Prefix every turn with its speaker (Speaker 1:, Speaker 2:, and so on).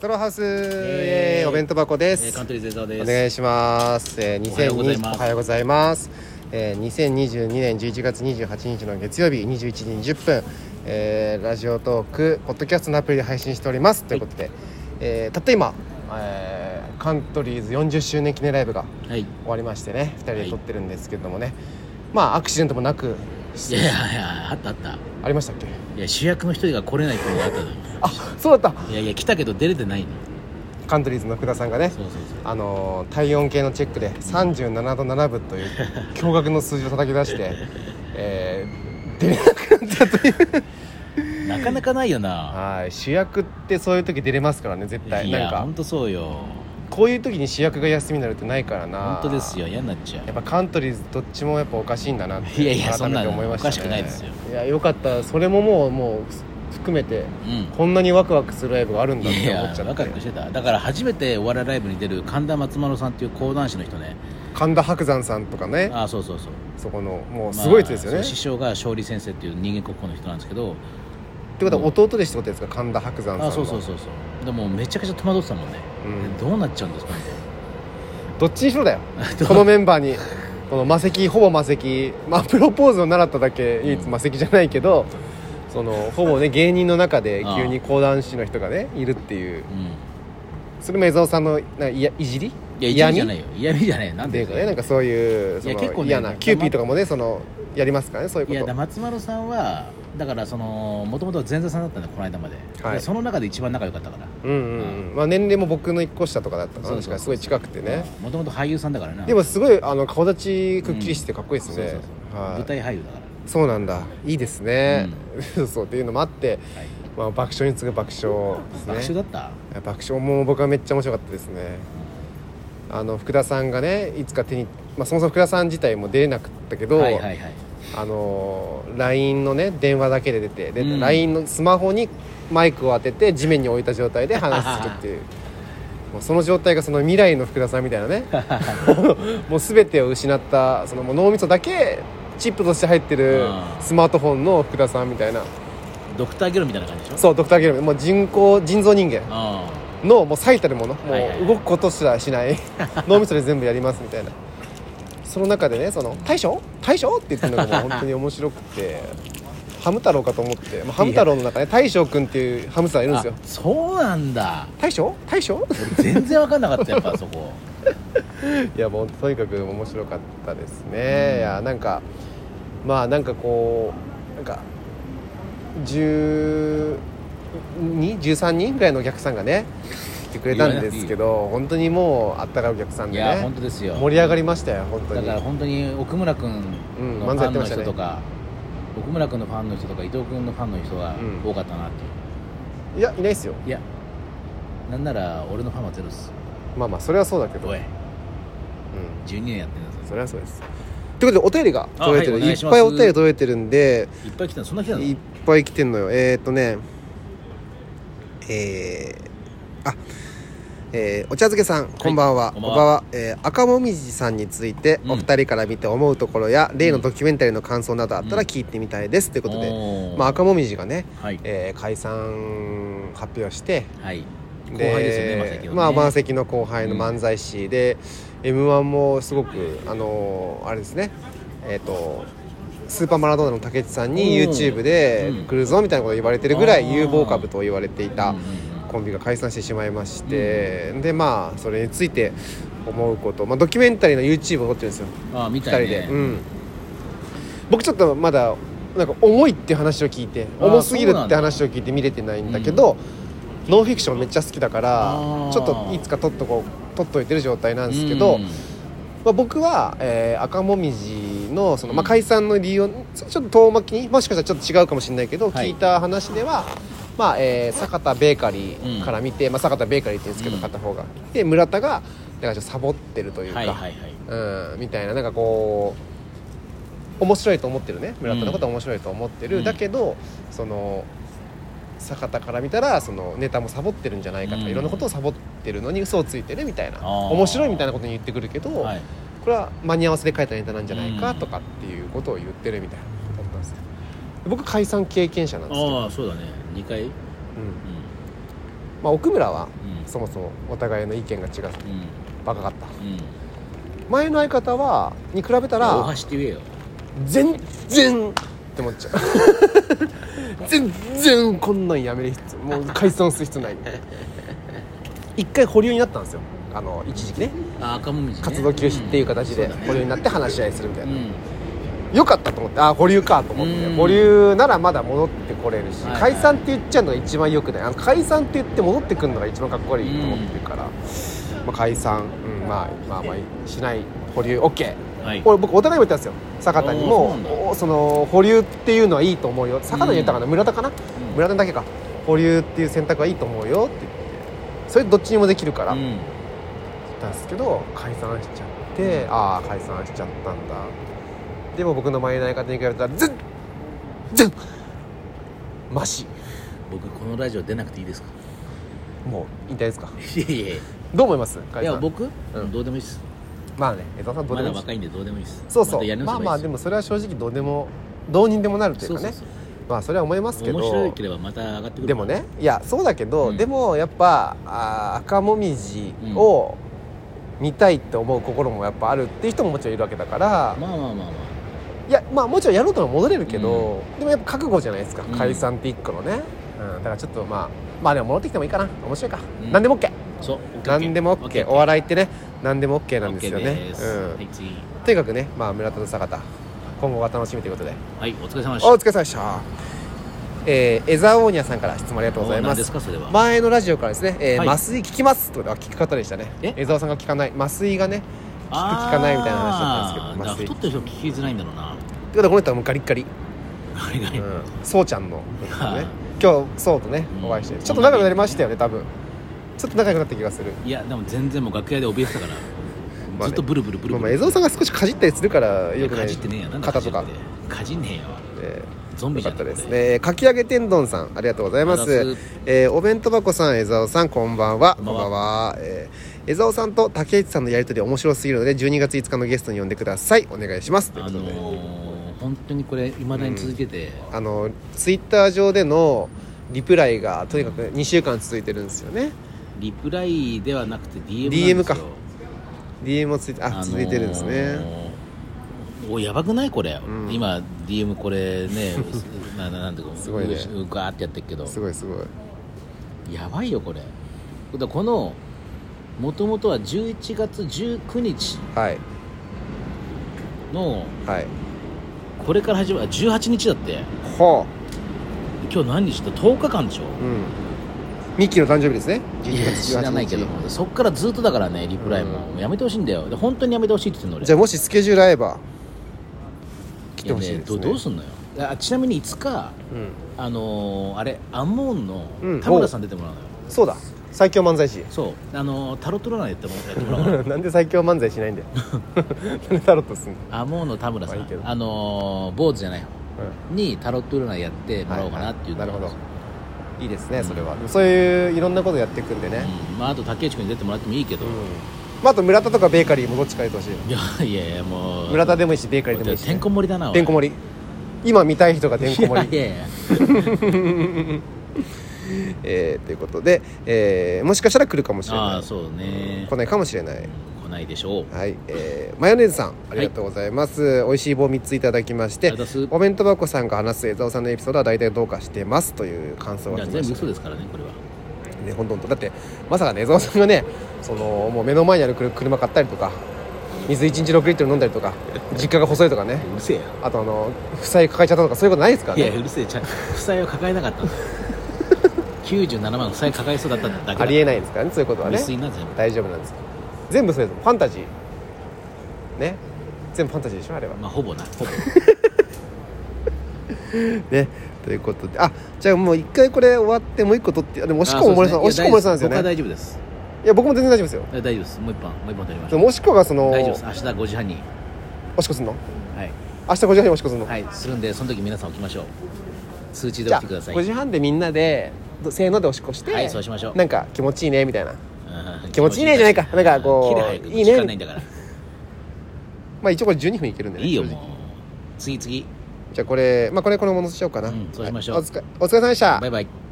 Speaker 1: トロハウス、
Speaker 2: エーイ
Speaker 1: イエーイお弁当箱で
Speaker 2: え
Speaker 1: す、
Speaker 2: ー、カントリーゼザーです。
Speaker 1: お願いします。えー、
Speaker 2: おはようござい
Speaker 1: 2020
Speaker 2: ます
Speaker 1: おはようございます。えー、2022年11月28日の月曜日21時20分、えー、ラジオトークポッドキャストのアプリで配信しておりますということで、えーたった今、えー、カントリーズ40周年記念ライブが
Speaker 2: はい。
Speaker 1: 終わりましてね2人
Speaker 2: は
Speaker 1: で
Speaker 2: い
Speaker 1: 撮ってるんですけれどもね、まあアクシデントもなく
Speaker 2: いやいやいや、あったあった。
Speaker 1: ありましたっけ
Speaker 2: いや、主役の一人が来れないっていうのがあったのよ。
Speaker 1: あそうだっ
Speaker 2: いやいや、来たけど出れてないの。
Speaker 1: たカントリーズの福田さんがね
Speaker 2: そうそうそう。
Speaker 1: あのー体温計のチェックで37度7分と いう驚愕の数字を叩き出して、えー出れなくなったという
Speaker 2: なかなかないよな。
Speaker 1: はい主役ってそういう時出れますからね絶対
Speaker 2: い
Speaker 1: なん
Speaker 2: や、
Speaker 1: か
Speaker 2: ほんとそうよ。
Speaker 1: こういう時に主役が休みになるってないからな
Speaker 2: ほんとですよ。嫌になっちゃ
Speaker 1: や
Speaker 2: う
Speaker 1: っ。ぱカントリーズどっちもやっぱおかしいんだなって
Speaker 2: いやいや
Speaker 1: 改めて思いましたね
Speaker 2: そんなのおかしくないですよ
Speaker 1: いやよかったそれももうもう含めて
Speaker 2: うん。
Speaker 1: こんなにワクワクするライブがあるんだっ
Speaker 2: い
Speaker 1: て
Speaker 2: や
Speaker 1: 思っ
Speaker 2: い
Speaker 1: ち
Speaker 2: や、
Speaker 1: ゃっ
Speaker 2: ワクワク
Speaker 1: て
Speaker 2: してた。だから初めてお笑いライブに出る神田松丸さんっていう講談師の人ね。
Speaker 1: 神田伯山さんとかね
Speaker 2: ああ、そうそうそう。
Speaker 1: そこのもう
Speaker 2: まあ
Speaker 1: すごい人ですよね、
Speaker 2: そう師匠が勝利先生っていう人間国宝の人なんですけど、
Speaker 1: ってことは弟でしてことですか神田伯山さんの
Speaker 2: あそうそうそうそうでもめちゃくちゃ戸惑ってたもんね、
Speaker 1: うん
Speaker 2: どうなっちゃうんですかね
Speaker 1: どっちにしろ だよこのメンバーにこの魔石ほぼ魔石まあプロポーズを習っただけ唯一魔石じゃないけど、そのほ ぼね芸人の中で
Speaker 2: ああ
Speaker 1: 急に講談師の人がねいるっていう
Speaker 2: うん
Speaker 1: それも江蔵さんのないやいじり
Speaker 2: いや嫌味じゃないよ嫌味じゃないよなん
Speaker 1: ってい
Speaker 2: で
Speaker 1: うかねなんかそういうその
Speaker 2: いや結構ね
Speaker 1: 嫌な
Speaker 2: なんか
Speaker 1: キューピーとかもねそのやりますからねそういう
Speaker 2: い
Speaker 1: こ
Speaker 2: や
Speaker 1: と
Speaker 2: だ松丸さんはだからそのもともとは前座さんだったんだこの間まで,で、
Speaker 1: はい
Speaker 2: その中で一番仲良かったから
Speaker 1: うんうん、うんまあ、年齢も僕の一個下とかだったか
Speaker 2: そ
Speaker 1: ら
Speaker 2: う
Speaker 1: 確
Speaker 2: そう
Speaker 1: かすごい近くてね
Speaker 2: もともと俳優さんだからな
Speaker 1: でもすごいあの顔立ちくっきりしててかっこいいで
Speaker 2: そう
Speaker 1: す
Speaker 2: そう
Speaker 1: ね
Speaker 2: そう、
Speaker 1: はい
Speaker 2: 舞台俳優だから
Speaker 1: そうなんだいいですね、 そうっていうのもあって、
Speaker 2: はい
Speaker 1: まあ、爆笑に次ぐ爆笑ですね
Speaker 2: 爆笑だった
Speaker 1: 爆笑も僕はめっちゃ面白かったですねあの福田さんがねいつか手に、まあ、そもそも福田さん自体も出れなかったけど、
Speaker 2: はいはいはい
Speaker 1: あのー LINE のね電話だけで出てで、
Speaker 2: うん
Speaker 1: LINE のスマホにマイクを当てて地面に置いた状態で話するっていう もうその状態がその未来の福田さんみたいな ねもう全てを失ったそのもう脳みそだけチップとして入ってる
Speaker 2: あー
Speaker 1: スマートフォンの福田さんみたいな
Speaker 2: ドクターゲロみたいな感じでしょ
Speaker 1: そうドクターゲルもう人工人造人間
Speaker 2: あ
Speaker 1: のもう最たるもの
Speaker 2: はいはい
Speaker 1: もう動くことすらしない 脳みそで全部やりますみたいなその中でねその大将大将って言ってるのが もう本当に面白くてハム太郎かと思って、まあ、ハム太郎の中で大将君っていうハムスターいるんで
Speaker 2: ー
Speaker 1: すよ
Speaker 2: あそうなんだ
Speaker 1: 大将大 将
Speaker 2: 俺全然分かんなかったや っぱそこ
Speaker 1: いやもうとにかく面白かったですね、いやなんかまあなんかこうなんか1213人ぐらいのお客さんがね来てくれたんですけど本当にもうあったかいお客さん
Speaker 2: い
Speaker 1: で
Speaker 2: や
Speaker 1: ね
Speaker 2: 本当ですよ
Speaker 1: 盛り上がりましたよ本当
Speaker 2: だ
Speaker 1: に
Speaker 2: から本当に奥村君
Speaker 1: うん
Speaker 2: のフ
Speaker 1: 漫才や
Speaker 2: ァ
Speaker 1: っ
Speaker 2: ン
Speaker 1: て
Speaker 2: の
Speaker 1: ました
Speaker 2: 人
Speaker 1: ね
Speaker 2: とか、奥村君のファンの人とか伊藤君のファンの人が
Speaker 1: うん
Speaker 2: 多かったなっていう、
Speaker 1: いやいないですよ
Speaker 2: いやなんなら俺のファンはゼロっす
Speaker 1: まあまあそれはそうだけど、う
Speaker 2: お
Speaker 1: ん
Speaker 2: い、12年やってんだ
Speaker 1: そ
Speaker 2: ぞ
Speaker 1: れはそうですということでお便りが届いてる、
Speaker 2: あはい
Speaker 1: い、
Speaker 2: お願い
Speaker 1: っ
Speaker 2: します
Speaker 1: ぱいお便り届いてるんで
Speaker 2: いっぱい来たのそんな来たの
Speaker 1: いっぱい来てんのよえー、っとねえー、あえーお茶漬けさん、こんばんは。
Speaker 2: こんばんは
Speaker 1: えー赤もみじさんについて、
Speaker 2: うん
Speaker 1: お二人から見て思うところや、例のドキュメンタリーの感想などあったら聞いてみたいです。ということで、
Speaker 2: おー
Speaker 1: まあ、赤もみじがね、
Speaker 2: はい、
Speaker 1: えー解散発表して、
Speaker 2: はい、後輩ですよね
Speaker 1: まあ
Speaker 2: マ
Speaker 1: 満
Speaker 2: セ
Speaker 1: 席の後輩の漫才師で、m 1もすごくあのーあれですねえっ、とスーパーマラドーナの竹内さんに
Speaker 2: うん
Speaker 1: YouTube で
Speaker 2: うん
Speaker 1: 来るぞみたいなことを言われてるぐら
Speaker 2: あ
Speaker 1: い
Speaker 2: ー
Speaker 1: 有望株と言われていた
Speaker 2: うんうんうん
Speaker 1: コンビが解散してしまいまして、でまあそれについて思うこと、まあ、ドキュメンタリーの YouTube を撮ってるんですよ
Speaker 2: ああみ
Speaker 1: 2
Speaker 2: た
Speaker 1: 人
Speaker 2: い
Speaker 1: で、
Speaker 2: ね
Speaker 1: うん、僕ちょっとまだなんか重いって話を聞いて
Speaker 2: あー
Speaker 1: 重すぎる
Speaker 2: そうな
Speaker 1: っ
Speaker 2: ん
Speaker 1: て
Speaker 2: だ
Speaker 1: 話を聞いて見れてないんだけど、ノンフィクションめっちゃ好きだから
Speaker 2: あー
Speaker 1: ちょっといつか撮っとこう撮っといてる状態なんですけど、
Speaker 2: うん
Speaker 1: まあ、僕は、えー赤もみじのその、まあ、
Speaker 2: うん
Speaker 1: 解散の理由をちょちょっと遠巻きにもしかしたらちょっと違うかもしれないけど、
Speaker 2: はい
Speaker 1: 聞いた話では、まあえー坂田ベーカリーから見て、まあ、坂田ベーカリーって言うんですけど、
Speaker 2: うん
Speaker 1: 片方がで村田がだからちょっとサボってるというか。
Speaker 2: はいはいはい
Speaker 1: うん、みたいななんかこう面白いと思ってるね村田のことは面白いと思ってる、
Speaker 2: うん
Speaker 1: だけどその坂田から見たらそのネタもサボってるんじゃないかとか、
Speaker 2: うん
Speaker 1: いろんなことをサボってるのに嘘をついてるみたいな
Speaker 2: あー
Speaker 1: 面白いみたいなことに言ってくるけど、
Speaker 2: はい
Speaker 1: これは間に合わせで書いたネタなんじゃないか
Speaker 2: うん
Speaker 1: とかっていうことを言ってるみたいなことだったんですよ僕解散経験者なんですけど、
Speaker 2: ああそうだね2回うん
Speaker 1: うんまあ、奥村は
Speaker 2: うん
Speaker 1: そもそもお互いの意見が違う
Speaker 2: うん
Speaker 1: バカかった
Speaker 2: うん
Speaker 1: 前の相方はに比べたら
Speaker 2: 大橋って言えよ
Speaker 1: 全然って思っちゃう 全然こんなんやめる必要もう解散する必要ないみたいな一回保留になったんですよあの一時期ね
Speaker 2: あ赤もみじ、ね、
Speaker 1: 活動休止っていう形で
Speaker 2: んそうだね
Speaker 1: 保留になって話し合いするみたいな、
Speaker 2: うん
Speaker 1: よかったと思ってあ保留かと思って、
Speaker 2: うん
Speaker 1: 保留ならまだ戻ってこれるし、
Speaker 2: はいはい
Speaker 1: 解散って言っちゃうのが一番よくないあの解散って言って戻ってくるのが一番かっこ悪いと思ってるから、まあ、解散、うんまあ、まあまあしない保留 OK
Speaker 2: はい
Speaker 1: これ僕お互いも言ったんですよ坂田に
Speaker 2: おーそう
Speaker 1: も
Speaker 2: なんだ
Speaker 1: おその保留っていうのはいいと思うよ坂田に言ったかな、村田かな、
Speaker 2: うん
Speaker 1: 村田だけか保留っていう選択はいいと思うよって言ってそれどっちにもできるから、
Speaker 2: う
Speaker 1: 言
Speaker 2: ん
Speaker 1: ったんですけど解散しちゃって、ああ解散しちゃったんだでも僕の前の相方に比べたら全然マシ
Speaker 2: 僕このラジオ出なくていいですか
Speaker 1: もう引退ですか
Speaker 2: いやいやい
Speaker 1: どう思います
Speaker 2: や
Speaker 1: 解
Speaker 2: いや
Speaker 1: 散
Speaker 2: 僕、
Speaker 1: うん
Speaker 2: どうでもいいです
Speaker 1: まあね江澤さんどう
Speaker 2: ま
Speaker 1: でも
Speaker 2: だ
Speaker 1: いいし
Speaker 2: 若いんでどうでもいいです
Speaker 1: そうそう
Speaker 2: またやり
Speaker 1: まあ
Speaker 2: 直せ
Speaker 1: ま
Speaker 2: ばい
Speaker 1: あで
Speaker 2: いです
Speaker 1: もそれは正直どうでもどうにでもなるという
Speaker 2: そう
Speaker 1: か
Speaker 2: そ
Speaker 1: ね
Speaker 2: うそう
Speaker 1: まあそれは思いますけど
Speaker 2: 面白ければまた上がってくる
Speaker 1: でもねいやそうだけど、
Speaker 2: うん
Speaker 1: でもやっぱあー赤もみじを見たいって思う心もやっぱあるっていう人ももちろんいるわけだから、
Speaker 2: まあまあまあま
Speaker 1: いやまあもちろんやろうとは戻れるけど、でもやっぱ覚悟じゃないですか
Speaker 2: うん
Speaker 1: 解散って一個のね、うんだからちょっとまあまあでも戻ってきてもいいかな面白いか、
Speaker 2: うん
Speaker 1: 何でも OK
Speaker 2: あそうオッケーオッケー
Speaker 1: 何でも OK,
Speaker 2: オッケー
Speaker 1: お笑いってね何でも OK なん
Speaker 2: オッ
Speaker 1: です
Speaker 2: ケ
Speaker 1: よ
Speaker 2: ー
Speaker 1: ね
Speaker 2: です
Speaker 1: うん
Speaker 2: はい次
Speaker 1: とにかくね、まあ、村田と坂田今後が楽しみということで
Speaker 2: はいお疲れ様でした
Speaker 1: お疲れ様でしたえー、江沢オーニャさんから質問ありがとうござい
Speaker 2: お
Speaker 1: ま
Speaker 2: 何
Speaker 1: す
Speaker 2: ですかそれは、
Speaker 1: 前のラジオからですね、えー
Speaker 2: はい
Speaker 1: 麻酔聞きますってことは聞き方でしたね
Speaker 2: え
Speaker 1: 江澤さんが聞かない麻酔がねって聞
Speaker 2: あー
Speaker 1: く聞かないみたいな話だったんですけど
Speaker 2: だから太ってる人聞きづらいんだろうな
Speaker 1: ことはこの人はもうガリッガリ、
Speaker 2: あれが
Speaker 1: う
Speaker 2: ね
Speaker 1: ん、そうちゃんの、ね
Speaker 2: はあ、
Speaker 1: 今日そうとね
Speaker 2: うん
Speaker 1: お会いしてちょっと仲良くなりましたよね多分ちょっと仲良くなった気がする、
Speaker 2: いやでも全然もう楽屋で怯えてたから、
Speaker 1: まあね
Speaker 2: ずっとブルブルブル
Speaker 1: まあ
Speaker 2: ブ
Speaker 1: まあ、
Speaker 2: ル
Speaker 1: 江澤さんが少しかじったりするからよくな
Speaker 2: か
Speaker 1: い
Speaker 2: じってねえやなんだ
Speaker 1: 肩とか
Speaker 2: かじってかじんねえよ
Speaker 1: え
Speaker 2: ゾン
Speaker 1: ー
Speaker 2: ビ
Speaker 1: よ
Speaker 2: じ
Speaker 1: か
Speaker 2: ゃ
Speaker 1: っ
Speaker 2: ん
Speaker 1: たです
Speaker 2: これ
Speaker 1: ねかき揚げ天丼さんありがとうございま
Speaker 2: ありがとう
Speaker 1: す
Speaker 2: ございます
Speaker 1: えーお弁当箱さん江澤さんこんばんは
Speaker 2: こんばんは
Speaker 1: えー江澤さんと竹内さんのやりとり面白すぎるので12月5日のゲストに呼んでくださいお願いしますという
Speaker 2: あ
Speaker 1: ことで、
Speaker 2: のー、本当にこれいまだに続けて、
Speaker 1: あのツイッター上でのリプライがとにかく2週間続いてるんですよね
Speaker 2: リプライではなくて DM なんですよ
Speaker 1: DM か DM もついてあ、
Speaker 2: のー
Speaker 1: 続いてるんですね
Speaker 2: おやばくないこれ、
Speaker 1: ん
Speaker 2: 今 DM これね なななんていうか
Speaker 1: すごいね
Speaker 2: うガーってやってるけど
Speaker 1: すごいすごい
Speaker 2: やばいよこれだからこのもともとは11月19日
Speaker 1: はい
Speaker 2: の
Speaker 1: はい
Speaker 2: これから始まるあ18日だって
Speaker 1: ほ
Speaker 2: 今日何日だ10日間でしょ
Speaker 1: ううんミッキーの誕生日ですね
Speaker 2: いや知らないけどもそっからずっとだからねリプライも、やめてほしいんだよで本当にやめてほしいって言ってんの俺
Speaker 1: じゃあもしスケジュール合えば来てほしいで
Speaker 2: やね
Speaker 1: すね
Speaker 2: どどうすんのよあちなみにいつか
Speaker 1: うん
Speaker 2: あのーあれアンモーン
Speaker 1: うん
Speaker 2: の田村さん出てもらうのよ、
Speaker 1: そうだ最強漫才師
Speaker 2: そうあのータロット占いやってもやってもらおうかな
Speaker 1: なんで最強漫才しないん だよなんでタロットすんの、
Speaker 2: アンモーンの田村さん、
Speaker 1: まあいいけど
Speaker 2: あのー坊主じゃない方
Speaker 1: う
Speaker 2: にタロット占いやって
Speaker 1: ん
Speaker 2: もらおうかなっていう、
Speaker 1: ははなるほどいいですねそれは、そういういろんなことやっていくんでね、
Speaker 2: うんまあ、あと竹内君に出てもらってもいいけど、
Speaker 1: うんまあ、あと村田とかベーカリーもどっちかやってほしい
Speaker 2: いやいやいやもう
Speaker 1: 村田でもいいしベーカリーでもいいし、
Speaker 2: てんこ盛りだなおい
Speaker 1: てんこ盛り今見たい人がてんこ盛
Speaker 2: い
Speaker 1: り、
Speaker 2: や いやいや
Speaker 1: えー、ということで、えーもしかしたら来るかもしれ
Speaker 2: あ
Speaker 1: な
Speaker 2: あ
Speaker 1: い
Speaker 2: そうね
Speaker 1: 来ないかもしれない
Speaker 2: 来ないでしょう
Speaker 1: はい、えーマヨネーズさんありがとうございます、美味しい棒3ついただきまし
Speaker 2: あ
Speaker 1: て
Speaker 2: りがとうござい
Speaker 1: お弁当箱さんが話す江澤さんのエピソードは大体どうかしてますという感想
Speaker 2: ま
Speaker 1: が
Speaker 2: すいや
Speaker 1: 来ま
Speaker 2: 全部
Speaker 1: した
Speaker 2: 嘘ですからねこれは
Speaker 1: ねほんとほんとだってまさかね江澤さんがねそのもう目の前にある車買ったりとか水1日6リットル飲んだりとか実家が細いとかね
Speaker 2: うるせえよ
Speaker 1: あとあの負債抱えちゃったとかそういうことないですから
Speaker 2: い
Speaker 1: ね
Speaker 2: やうるせえちゃん負債を抱えなかったん だよ97万負債抱えそうだっただけだ
Speaker 1: ありえ
Speaker 2: ない
Speaker 1: ないですからねそういうことはね
Speaker 2: 無水な全部
Speaker 1: 大丈夫なんです全部それですファンタジーね全部ファンタジーでしょあれは
Speaker 2: まあほ ぼなほぼ
Speaker 1: ねということであじゃあもう一回これ終わってもう一個取ってあでも押し
Speaker 2: あ
Speaker 1: 込も森さん、
Speaker 2: そう
Speaker 1: 押
Speaker 2: です
Speaker 1: し
Speaker 2: ね
Speaker 1: 込も森さんですよ
Speaker 2: いや
Speaker 1: ね
Speaker 2: 大丈夫です
Speaker 1: いや僕も全然大丈夫ですよ
Speaker 2: 僕は大丈夫です大丈夫ですもう一本もう一本取りまし
Speaker 1: で
Speaker 2: ょう
Speaker 1: も押し込がその
Speaker 2: 大丈夫
Speaker 1: 押
Speaker 2: です
Speaker 1: し
Speaker 2: 明日5時半に
Speaker 1: 込すんの
Speaker 2: はい、
Speaker 1: 明日5時半に押し込すんの、
Speaker 2: はい、するんでその時皆さん起きましょう通知
Speaker 1: じ
Speaker 2: で起
Speaker 1: ゃあ
Speaker 2: きてください
Speaker 1: 5時半でみんなでどせーので押し込して、
Speaker 2: はいそうしましょう
Speaker 1: なんか気持ちいいねみたいな
Speaker 2: うん
Speaker 1: 気持ちいいねじゃないかなんかこう
Speaker 2: 切れ早く
Speaker 1: いいね
Speaker 2: 時間ないんだから
Speaker 1: まあ一応これ12分いけるんでね
Speaker 2: いいよ
Speaker 1: 正直
Speaker 2: もう次次
Speaker 1: じゃあこれまあこれこれ戻しちゃおうかな、
Speaker 2: うんそうしましょう
Speaker 1: はいお疲れお疲れ様でした
Speaker 2: バイバイ